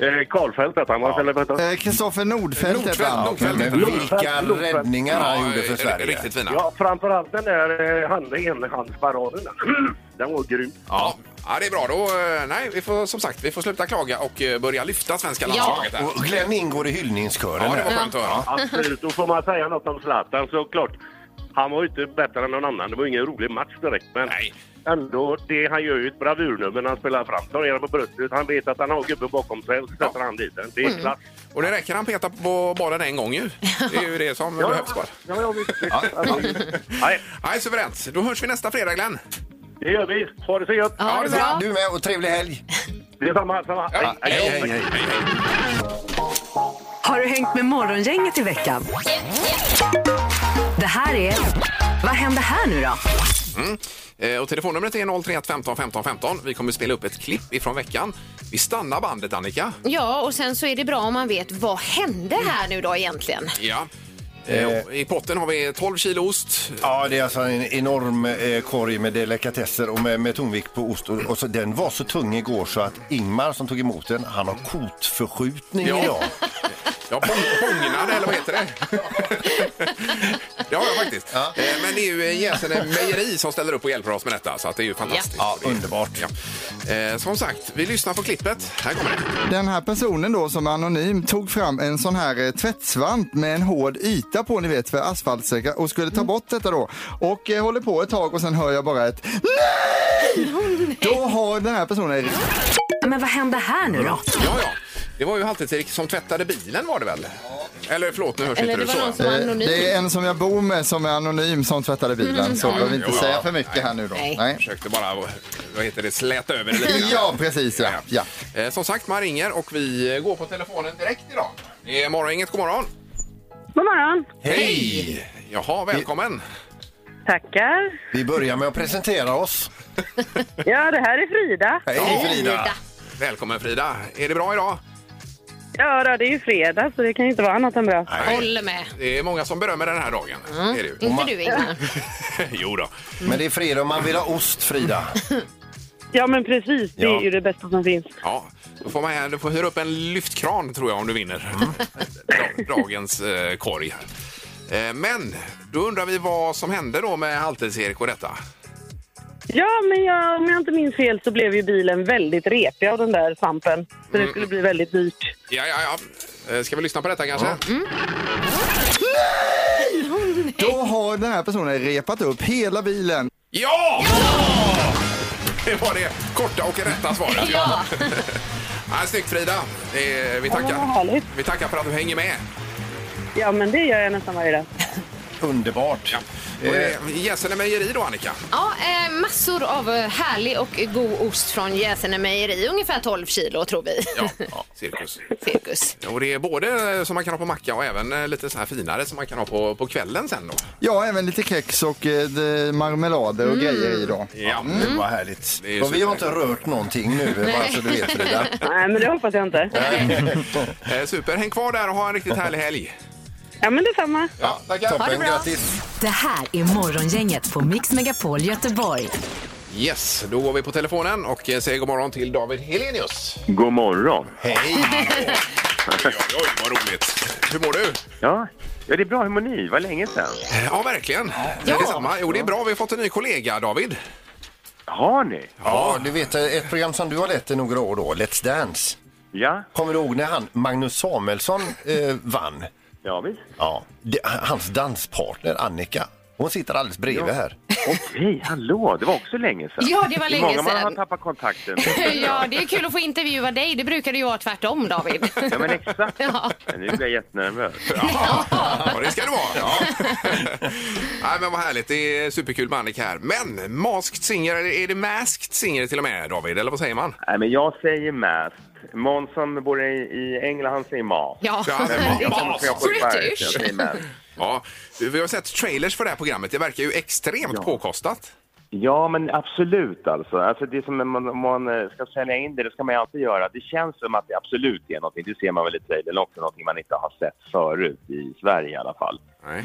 Eh, Karlfeldt att han var, eller vänta. Eh, Kristoffer Nordfeldt heter Nordfeldt, han. Nordfeldt. Men vilka räddningar han gjorde för eh, Sverige. Riktigt fina. Ja. Ja, framförallt den där eh, handen, enhandsparaden. (clears throat) den var grym. Ja. det är bra. Då, eh, nej, vi får, som sagt, vi får sluta klaga och eh, börja lyfta svenska Ja. landslaget. här. Och Glenn ingår i hyllningskören. Ja, det där. var skönt att höra. Absolut, då får man säga något om Zlatan såklart. Han var ju inte bättre än någon annan. Det var ingen rolig match direkt. Men Nej. ändå, det, han gör ju ett bravurnummer när han spelar fram. Tar ner den på bröstet. Han vet att han har gubben bakom sig och så sätter han dit den. Det är klass. Och det räcker han peta på bollen en gång (laughs) ju. Det är ju det som behövs bara. (laughs) Ja, ja, visst. Alltså, Nej, Nej, suveränt. Då hörs vi nästa fredag Glenn. det gör vi. Ha det så gött. Ja, det är bra. Du med och trevlig helg! Det är samma. samma. Hej, hej. Hej, hej. Har du hängt med Morgongänget i veckan? Det här är... Vad händer här nu då? Eh, Och telefonnumret är 031 15 15 15. Vi kommer spela upp ett klipp ifrån veckan. Vi stannar bandet Annika. Ja, och sen så är det bra om man vet vad hände här nu då egentligen? Ja. Eh, och I potten har vi 12 kilo ost. Ja, det är alltså en enorm eh, korg med delikatesser och med, med tonvikt på ost. Och, och så, den var så tung igår så att Ingmar som tog emot den, han har kotförskjutning idag. Ja, pång- pångnad eller vad heter det? det har jag faktiskt. Ja. Eh, Men det är ju Jensen Mejeri som ställer upp och hjälper oss med detta så att det är ju fantastiskt. Ja, Det är- underbart. Ja. Eh, Som sagt, vi lyssnar på klippet. Här kommer det. Den här personen då som är anonym tog fram en sån här eh, tvättsvamp med en hård yta på ni vet för asfaltsäkra och skulle Mm. ta bort detta då. Och eh, håller på ett tag och sen hör jag bara ett NEJ! Då har den här personen Men vad hände här nu då? Ja, ja. Det var ju Halvtids-Erik som tvättade bilen var det väl? Eller förlåt, nu hörs Eller inte det du var någon så. som var Eh, anonym. Det är en som jag bor med som är anonym som tvättade bilen så behöver vi inte jo, säga ja. för mycket här nu då. Mm. Nej. Jag försökte bara, eh, vad heter det, släta över det lite grann. Ja, precis ja. ja. Eh, Som sagt, man ringer och vi eh, går på telefonen direkt idag. Det är Morgongänget, god morgon. God morgon. Hej! Jaha, välkommen. Tackar. Vi börjar med att presentera oss. Ja, det här är Frida. Hej Frida! Välkommen Frida. Är det bra idag? Ja, då, det är ju fredag så det kan ju inte vara annat än bra. Håller med. Det är många som berömmer den här dagen. Är det ju. Mm. Inte du Ingmar. (laughs) jo då. Mm. Men det är fredag och man vill ha ost Frida. Ja, men precis. Det Ja. är ju det bästa som finns. (laughs) Ja, då får man du får hyra upp en lyftkran tror jag om du vinner Mm. (laughs) Da- dagens eh, korg. här. Eh, men då undrar vi vad som hände då med Halvtids-Erik och detta. Ja, men jag, om jag inte minns fel så blev ju bilen väldigt repig av den där svampen. Så Mm. det skulle bli väldigt dyrt. Ja, ja, ja. Eh, Ska vi lyssna på detta kanske? Då har den här personen repat upp hela bilen. Ja! Det var det korta och rätta svaret. ja. Ja, snyggt Frida. Eh, Vi Ja, tackar. vad härligt. vi tackar för att du hänger med. Ja, men det gör jag nästan varje dag. Underbart. Ja. Och, eh, Gäsele mejeri då Annika? Ja, eh, massor av eh, härlig och god ost från Gäsene mejeri. Ungefär 12 kilo tror vi. Ja, cirkus. Cirkus. Och det är både eh, som man kan ha på macka och även eh, lite så här finare som man kan ha på, på kvällen sen då. Ja, även lite kex och eh, de- marmelader och grejer i då. Ja. Mm. Vad härligt. Det är ju Och vi har inte super. rört någonting nu, bara så du vet Frida. (laughs) Nej, men det hoppas jag inte. (laughs) Eh, Super, häng kvar där och ha en riktigt härlig helg. Ja, men detsamma. Ja, det toppen, bra. grattis. Det här är Morgongänget på Mix Megapol Göteborg. Yes, då går vi på telefonen och eh, säger god morgon till David Helenius. God morgon. Hej! Oj, oj, vad roligt. Hur mår du? Ja. ja, det är bra. Hur mår ni? Vad länge sedan. Ja, verkligen. Ja. Detsamma. Jo, det är bra. Vi har fått en ny kollega, David. Har ni? Ja, du vet ett program som du har lett i några år då, Let's Dance. Ja, Kommer du ihåg när han, Magnus Samuelsson eh, vann? ja visst. Ja. Det, hans danspartner Annika. Hon sitter alldeles bredvid här. Hej, hallå! Det var också länge sedan. Ja, det var Hur länge många man sedan. har tappat kontakten. (laughs) (laughs) Ja, det är kul att få intervjua dig. Det brukar det ju vara tvärtom, David. Ja, men exakt. Ja. Men Nu blir jag jättenervös. (laughs) Ja, det ska det vara. Ja. (laughs) Nej, men vad härligt. Det är superkul med Annika här. Men Masked Singer, eller är det Masked Singer till och med, David? Eller vad säger man? Nej, men jag säger mast. Måns som bor i, i England, han säger mas. Ja. Ja, det Jag var- kommer från Göteborg, British. så jag säger mast. Ja, vi har sett trailers för det här programmet. Det verkar ju extremt påkostat. Ja, men absolut alltså. alltså det är som när man, om man eh, ska sälja in det, det ska man ju alltid göra. Det känns som att det absolut är någonting, det ser man väl i trailern också, någonting man inte har sett förut i Sverige i alla fall. Nej.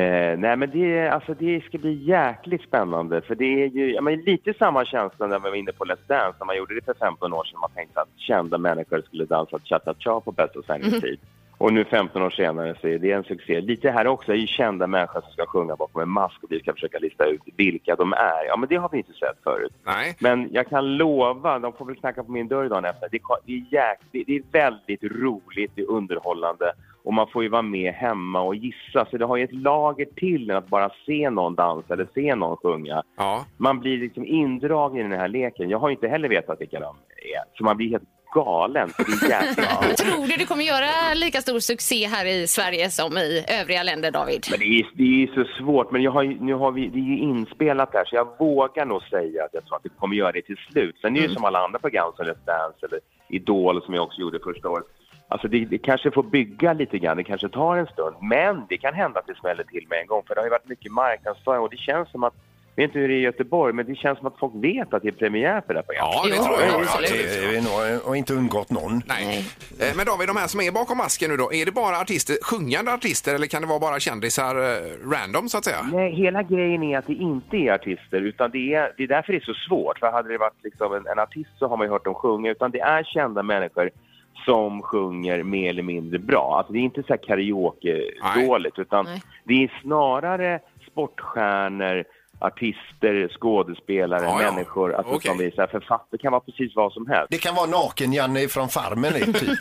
Eh, nej, men det, är- alltså, det ska bli jäkligt spännande. För det är ju ja, men lite samma känsla när man var inne på Let's Dance när man gjorde det för 15 år sedan. Man tänkte att kända människor skulle dansa cha-cha-cha på bästa sändningstid. Och nu 15 år senare så är det en succé. Lite här också, det är ju kända människor som ska sjunga bakom en mask och vi ska försöka lista ut vilka de är. Ja, men det har vi inte sett förut. Nej. Men jag kan lova, de får väl knacka på min dörr dagen efter. Det, ka- det, är jäk, det, det är väldigt roligt, det är underhållande och man får ju vara med hemma och gissa. Så det har ju ett lager till än att bara se någon dansa eller se någon sjunga. Ja. Man blir liksom indragen i den här leken. Jag har ju inte heller vetat vilka de är, så man blir helt galen. För det är (laughs) jäkligt kul. Tror du det kommer göra lika stor succé här i Sverige som i övriga länder, David? Men det är, det är så svårt. Men jag har, ju- nu har vi, det är ju inspelat här, så jag vågar nog säga att jag tror att vi kommer göra det till slut. Sen är det ju som alla andra program som Let's Dance eller Idol som jag också gjorde första året. Alltså det, det kanske får bygga lite grann, det kanske tar en stund. Men det kan hända att det smäller till med en gång, för det har ju varit mycket marknadsföring och det känns som att, jag vet inte hur det är i Göteborg, men det känns som att folk vet att det är premiär för det här programmet. Ja, det Jo, tror jag. Ja, absolut. det- Det är nog- har inte undgått någon. Nej. Eh, Men David, de här som är bakom masken nu då, är det bara artister, sjungande artister eller kan det vara bara kändisar eh, random så att säga? Nej, hela grejen är att det inte är artister, utan det är, det är därför det är så svårt. För hade det varit liksom en, en artist så har man ju hört dem sjunga, utan det är kända människor som sjunger mer eller mindre bra. Alltså det är inte så här karaoke-dåligt utan Nej. det är snarare sportstjärnor, artister, skådespelare, Ja, ja. människor, alltså Okej. som vi så här, författare, kan vara precis vad som helst. Det kan vara naken-Janne från Farmen det, typ.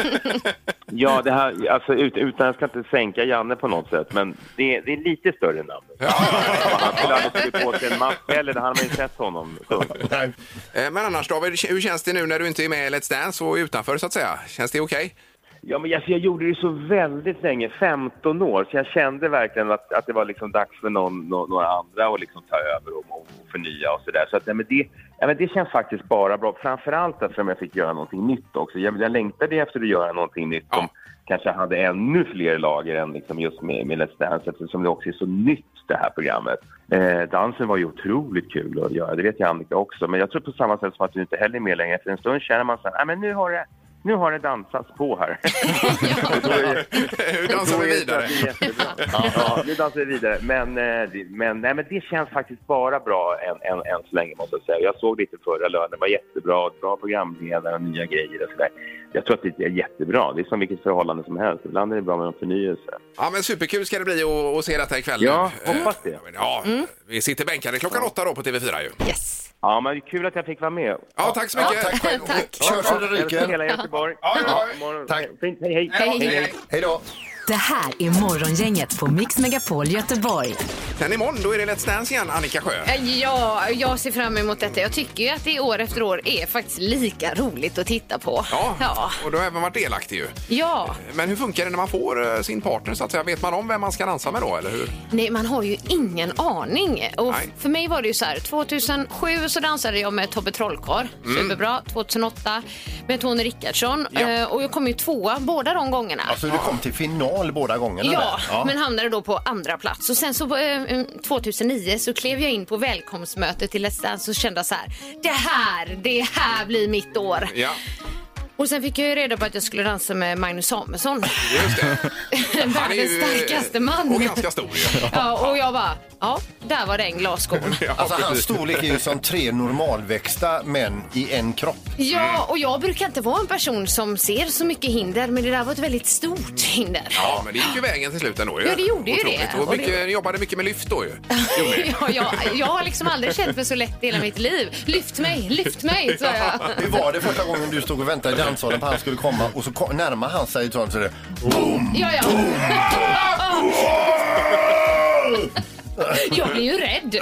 (laughs) Ja, det här, alltså ut, utan jag ska inte sänka Janne på något sätt, men det, är- det är lite större namn. Han skulle aldrig tagit på sig en mask heller, det hade man ju sett honom. Så. Nej. Eh, Men annars David, hur känns det nu när du inte är med i Let's Dance och utanför så att säga? Känns det okej? Ja, men alltså, jag gjorde det så väldigt länge, 15 år, så jag kände verkligen att, att det var liksom dags för någon, nå- några andra att liksom ta över och, och förnya och sådär. Så att, ja, men det, ja, men det känns faktiskt bara bra, framförallt eftersom jag fick göra någonting nytt också. Jag, jag längtade efter att göra någonting nytt som kanske hade ännu fler lager än liksom just med, med Let's Dance eftersom det också är så nytt det här programmet. Eh, dansen var ju otroligt kul att göra, det vet jag Annika också. Men jag tror på samma sätt som att du inte heller är med längre, efter en stund känner man så här, "Nej, men nu har det nu har det dansats på här. (laughs) Och då är- Hur dansar då vi är det vidare? så att det är (laughs) jättebra. Ja, nu dansar vi vidare. Men, eh, det- men, nej, men det känns faktiskt bara bra än, än, än så länge måste jag säga. Jag såg lite förra lördagen, det var jättebra. Bra programledare och nya grejer och sådär. Jag tror att det är jättebra. Det är som vilket förhållande som helst. Ibland är det bra med en förnyelse. Ja men superkul ska det bli att att se detta ikväll. Ja, Eh, hoppas det. Ja, vi sitter bänkade klockan åtta då på TV4 ju. Mm. Yes. Ja, men kul att jag fick vara med. Ja, tack så mycket. tack själv. (laughs) Tack. Kör så det Hälsa ryker. hela Göteborg. Ja, ja, God morgon. Tack. Fint. Hej, hej. Hej, hej. Hej då. Det här är Morgongänget på Mix Megapol Göteborg. Sen imorgon då är det Let's Dance igen, Annika Sjö. Eh, Ja, jag ser fram emot detta. Jag tycker ju att det år efter år är faktiskt lika roligt att titta på. Ja, Ja. och du har även varit delaktig ju. Eh, ja. Men hur funkar det när man får eh, sin partner så att säga? Vet man om vem man ska dansa med då, eller hur? Nej, man har ju ingen aning. Och Nej. för mig var det ju så här, 2007 så dansade jag med Tobbe Trollkarl, superbra. 2008 med Tony Rickardsson Eh, och jag kom ju tvåa båda de gångerna. Alltså du kom till final båda gångerna Ja, där. men hamnade då på andra plats. Och sen så eh, 2009 så klev jag in på välkomstmötet till Let's Dance och kände så här, det här, det här blir mitt år. Ja, Och sen fick jag ju reda på att jag skulle dansa med Magnus Samuelsson. just det. Han är Världens ju, eh, starkaste man. Och ganska stor ju. Ja, och jag bara, ja, där var den glasskon. (laughs) Ja, Alltså hans precis. storlek är ju som tre normalväxta män i en kropp. Ja, Mm. och jag brukar inte vara en person som ser så mycket hinder, men det där var ett väldigt stort hinder. Ja, men det gick ju vägen till slut ändå ju. Ja, det gjorde ju Otroligt. det. Och Och mycket, det- jobbade mycket med lyft då ju. Gjorde ni? (laughs) Ja, jag, jag har liksom aldrig känt mig så lätt i hela mitt liv. Lyft mig, lyft mig, sa jag. Hur var det första gången du stod och väntade i danssalen på att han skulle komma och så ko- närmade han sig och så det Ja, ja. (laughs) Jag blir ju rädd.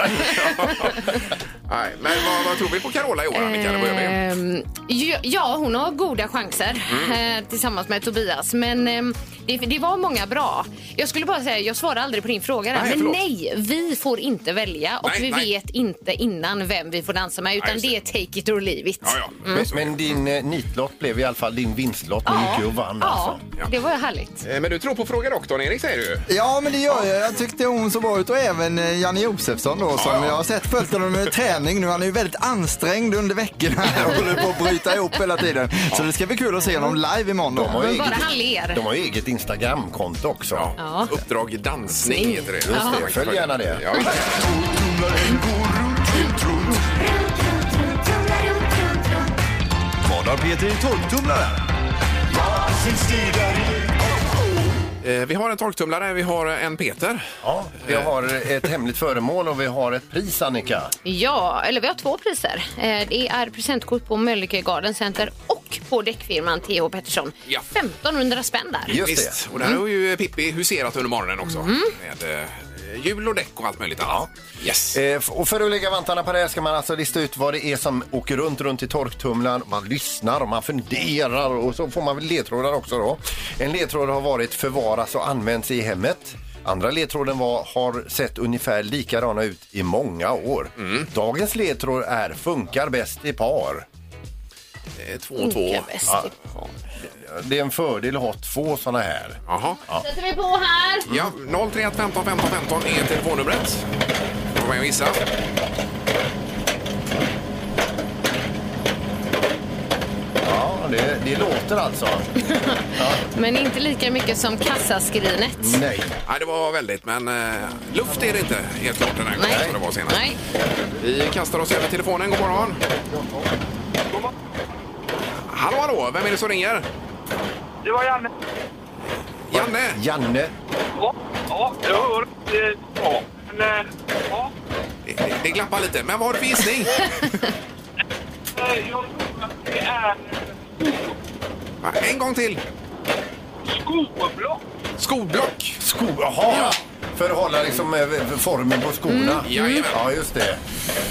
Nej, men vad, vad tror vi på Carola i år, Annika? Eller vad gör vi? Ehm, ju- Ja, hon har goda chanser Mm. eh, tillsammans med Tobias. Men ehm, det, det var många bra. Jag skulle bara säga, jag svarar aldrig på din fråga där. Nej, men förlåt. nej, vi får inte välja och Nej, vi nej. vet inte innan vem vi får dansa med utan Nej, det är take it or leave it. Ja, ja. Men, men din eh, nitlott blev i alla fall din vinstlott. Ni gick ju och vann Mm. ja, alltså. det var ju härligt. Eh, Men du tror på Fråga doktorn, Erik, säger du? Ja, men det gör jag. Jag tyckte hon så bra ut och även eh, Janne Josefsson då som jag har sett följt honom med träning nu. Han är ju väldigt ansträngd under veckorna och håller på att bryta ihop hela tiden. Så det ska bli kul att se honom live imorgon då. De har ju Bara eget, han ler. de har ju eget Instagramkonto också. Ja. Uppdrag dansning heter det. Just det, följ gärna det. Ja, visst. Vad har Peter i torktumlaren? Eh, Vi har en torktumlare, vi har en Peter. Ja, vi har ett hemligt föremål och vi har ett pris Annika. Ja, eller vi har två priser. Eh, Det är presentkort på Mölnlycke Garden Center och på däckfirman TH Pettersson. Ja. 1500 spänn där. Mm. Just Visst, och där Mm. har ju Pippi huserat under morgonen också. Med eh, hjul och däck och allt möjligt annat. Yes. det. Eh, f- Och för att lägga vantarna på det här ska man alltså lista ut vad det är som åker runt runt i torktumlaren. Man lyssnar och man funderar och så får man väl ledtrådar också då. En ledtråd har varit förvaras och används i hemmet. Andra ledtråden var har sett ungefär likadana ut i många år. Mm. Dagens ledtråd är funkar bäst i par. Eh, Två och två. bäst i par. Det är en fördel att ha två sådana här. Jaha. Sätter vi på här. Ja, 031 15 15 15 är telefonnumret. Får med och gissa. Ja, det, det låter alltså. Men inte lika mycket som kassaskrinet. Nej. Nej, det var väldigt, men eh, luft är det inte helt klart den här gången Nej. som det var senast. Nej. Vi kastar oss över telefonen. God morgon. Hallå, hallå! Vem är det som ringer? Det var Janne. Janne! Janne. Ja, ja, jag hör. eh, Ja, men... eh, Ja, Det, det glappar lite, men vad har du (laughs) för gissning? eh, jag tror att det är Ja, En gång till. skoblock. Skoblock. Sko, jaha! För att hålla liksom eh, formen på skorna. Mm. Jajamän. Ja, just det.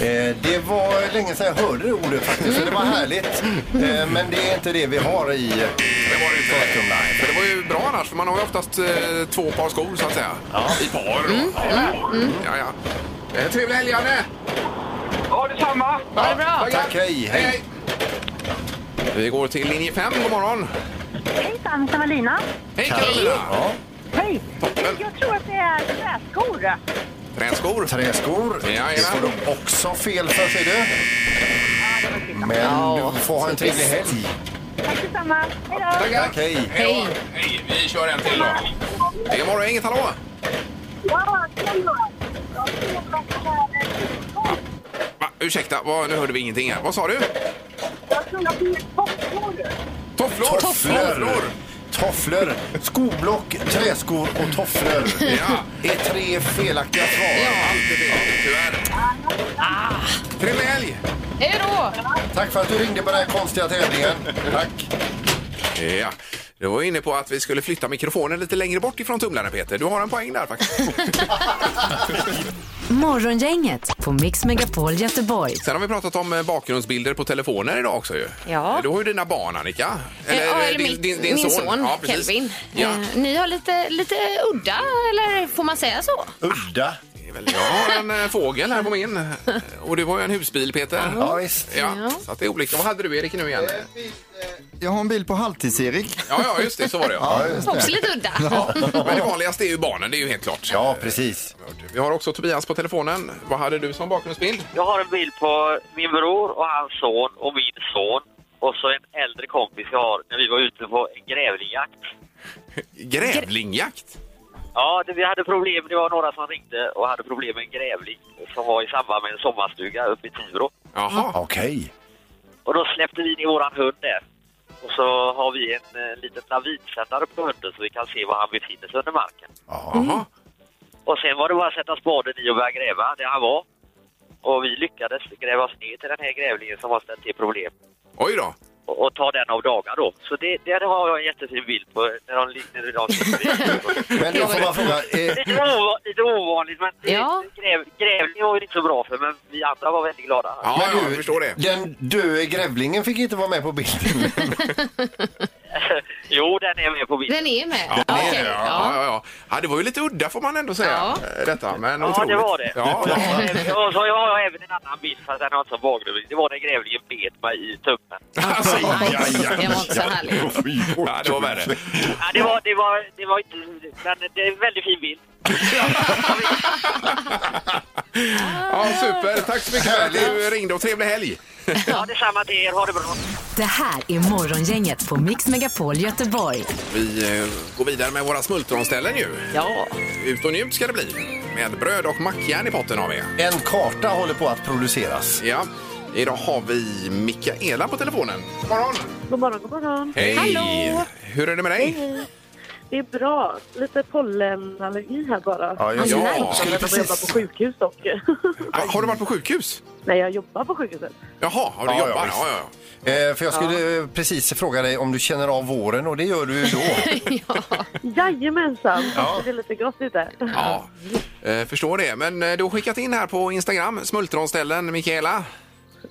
Eh, det var länge sedan jag hörde det ordet faktiskt, så det var härligt. Eh, men det är inte det vi har i eh, Det var det inte. Förtum Live. Men det var ju bra annars, för man har ju oftast eh, två par skor så att säga. I par. Ja, ja. Eh, trevlig helg, Janne! Ja, detsamma. Ha det bra. Tack, hej, Hej, hej. hej! Vi går till linje 5. God morgon! Hejsan, Savalina. Hej, Karolina! Ja, Hej. Toppen. Jag tror att det är träskor. Träskor. träskor. Jajamän. Det får de också fel för, ser du. Men du får ha en trevlig helg. Tack detsamma. Hej då. Tackar. Tack, hej. Hej! då. Hej! Vi kör en till då. Det är morgon, inget hallå! Ja, tjena. Jag tror att det är träskor. Va, ursäkta, vad, nu hörde vi ingenting här. Vad sa du? Jag tror att det är toppskor. Tofflor! Tofflor. Tofflor, skoblock, träskor och tofflor. Ja. Det är tre felaktiga svar. Allt är fel, tyvärr. Trevlig helg! Hej då! Tack för att du ringde på den här konstiga tävlingen. Tack. Ja, du var inne på att vi skulle flytta mikrofonen lite längre bort ifrån tumlaren Peter. Du har en poäng där faktiskt. Morgongänget på Mix Megapol Göteborg. Sen har vi pratat om eh, bakgrundsbilder på telefoner idag också ju. Eh, Ja. Du har ju dina barn Annika. ja, eh, eller min, min son, Ja, precis. Kelvin. Ja. Eh, ni har lite, lite udda, eller får man säga så? Udda. det är väl- Jag har en eh, fågel här på min. (laughs) Och du har ju en husbil Peter. Ja, visst. Ja, Ja. så att det är olika. Vad hade du Erik nu igen? Jag har en bil på halvtids-Erik. Ja, ja, just det. Så var det ja. Också lite udda. Men det vanligaste är ju barnen, det är ju helt klart. Ja, precis. Vi har också Tobias på telefonen. Vad hade du som bakgrundsbild? Jag har en bild på min bror och hans son och min son. Och så en äldre kompis jag har när vi var ute på en grävlingjakt. Grävlingjakt. Ja, det, vi hade problem. Det var några som ringde och hade problem med en grävling som var i samband med en sommarstuga uppe i Tibro. Jaha. Okej. Och då släppte vi ner våran hund där. Och så har vi en eh, liten navidsändare på hunden så vi kan se var han befinner sig under marken. Jaha. Och sen var det bara att sätta spaden i och börja gräva där han var. Och vi lyckades gräva oss ner till den här grävlingen som har ställt till problem. Oj då. Och, och ta den av dagar då. Så det, där har jag en jättefin bild på när de ligger i de Men då får man fråga, eh, Lite, ova, lite ovanligt men det- Ja. gräv, grävling var ju inte så bra för men vi andra var väldigt glada. Ja, Men ja, du- jag förstår det. den döe grävlingen fick inte vara med (laughs) på bilden. Jo, den är med på bilden. Den är med? Ja, Okej, ja, ja. ja, ja. ja, det var ju lite udda får man ändå säga. Ja. eh, Detta, men Ja, otroligt. det var det. Ja, (laughs) ja. Och så har jag även en annan bild, fast den har inte så bakgrund. Det var när grävlingen bet mig i tummen. Alltså, Nej, ja, ja. Det var inte så härligt. Ja, det var värre. Ja, det, var, det, var, det var inte... Men det är en väldigt fin bild. Ja, super. Tack så mycket för att du ringde och trevlig helg. Ja, detsamma till er. Ha det bra. Det här är Morgongänget på Mix Megapol Göteborg. Vi eh, går vidare med våra smultronställen ju. Ja. Ut och njut ska det bli. Med bröd och mackjärn i potten har vi. En karta håller på att produceras. Ja. Idag har vi Mikaela på telefonen. God morgon! God morgon, god morgon. Hej! Hallå. Hur är det med dig? Det är bra. Lite pollenallergi här bara. Ja, just Ja. det. Jag Skulle jobbar på precis... sjukhus och... Ah, Har du varit på sjukhus? Nej, jag jobbar på sjukhuset. Jaha, har du Ja, ja, jobbat? visst. Ja, ja, Eh, för jag skulle eh, precis fråga dig om du känner av våren och det gör du ju då. Jajamensan! Ja. Det är lite grått ute. ja. Eh, förstår det. Men eh, du har skickat in här på Instagram, smultronställen, Mikaela.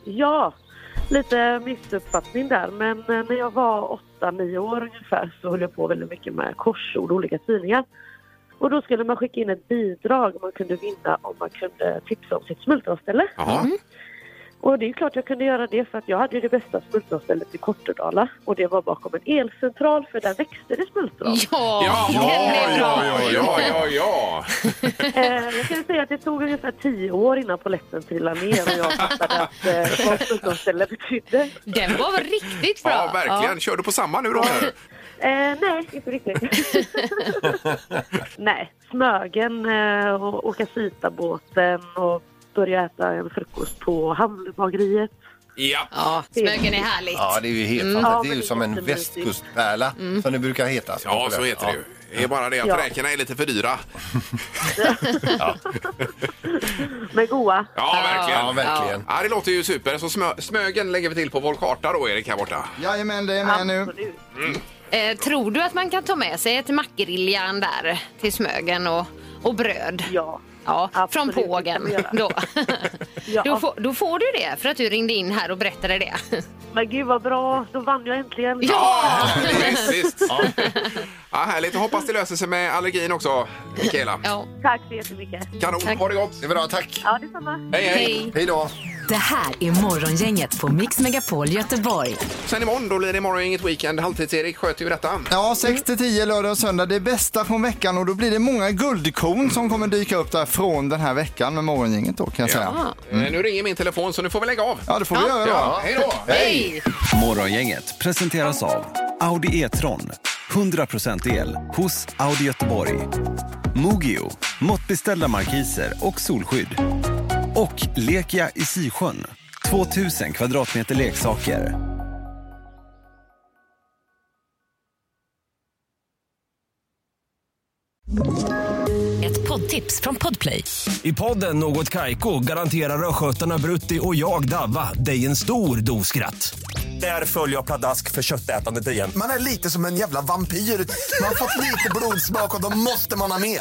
Ja, lite missuppfattning där. Men eh, när jag var 8-9 år ungefär så höll jag på väldigt mycket med korsord och olika tidningar. Och då skulle man skicka in ett bidrag man kunde vinna om man kunde tipsa om sitt smultronställe. Jaha. Mm. Och det är ju klart jag kunde göra det för att jag hade ju det bästa smultronstället i Kortedala. Och det var bakom en elcentral för där växte det smultron. Ja, den är bra. ja, ja, ja, ja. Eh, jag kan säga att det tog ungefär 10 år innan polletten trillade ner och jag fattade att eh, vad smultronställe betydde. Den var väl riktigt bra? Ja, verkligen. Kör du på samma nu då? eller? Eh, nej, inte riktigt. (laughs) nej, Smögen eh, och åka Sitabåten och börja äta en frukost på Hamnbageriet. (laughs) Ja. Ja, Smögen är härligt. Ja, det är ju helt Mm. fantastiskt. Ja, det är men ju det är som en jättemysigt. västkustpärla, som det brukar heta. (laughs) Ja, så heter det ju. Det är bara det att Ja. (laughs) räkorna är lite för dyra. Men goa. Ja, verkligen. Ja, verkligen. Ja, det låter ju super. Så smö Smögen lägger vi till på vår karta då, Erik, här borta. Jajamän, det är med nu. Eh, tror du att man kan ta med sig ett mackgrilljärn där till Smögen och, och bröd? Ja. Ja, från pågen det kan vi då. (laughs) (laughs) göra. Ja. Då, får, då får du det för att du ringde in här och berättade det. Men gud vad bra, då vann jag äntligen. Ja! Visst, visst. Ja. härligt. Och hoppas det löser sig med allergin också, Mikaela. Tack så jättemycket. Kanon. Ha det gott. Det är bra, tack. Ja, detsamma. Hej, hej. Hej då. Det här är Morgongänget på Mix Megapol Göteborg. Sen imorgon, då blir det imorgon inget weekend. Halvtids-Erik sköter ju detta. Ja, 6 till 10 lördag och söndag. Det är bästa från veckan och då blir det många guldkorn som kommer dyka upp där från den här veckan med morgongänget då kan jag säga. Eh, Nu ringer min telefon så nu får vi lägga av. Ah. Ja, det får vi göra då. Ja, hej då! Hej! Morgongänget presenteras av Audi E-tron. 100% el hos Audi Göteborg. Mogio, måttbeställda markiser och solskydd. Och Lekia i Sisjön, 2000 kvadratmeter leksaker. Ett poddtips från Podplay. I podden Något Kaiko garanterar östgötarna Brutti och jag, Davva, dig en stor dos skratt. Där följer jag pladask för köttätandet igen. Man är lite som en jävla vampyr. Man har fått lite blodsmak och då måste man ha mer.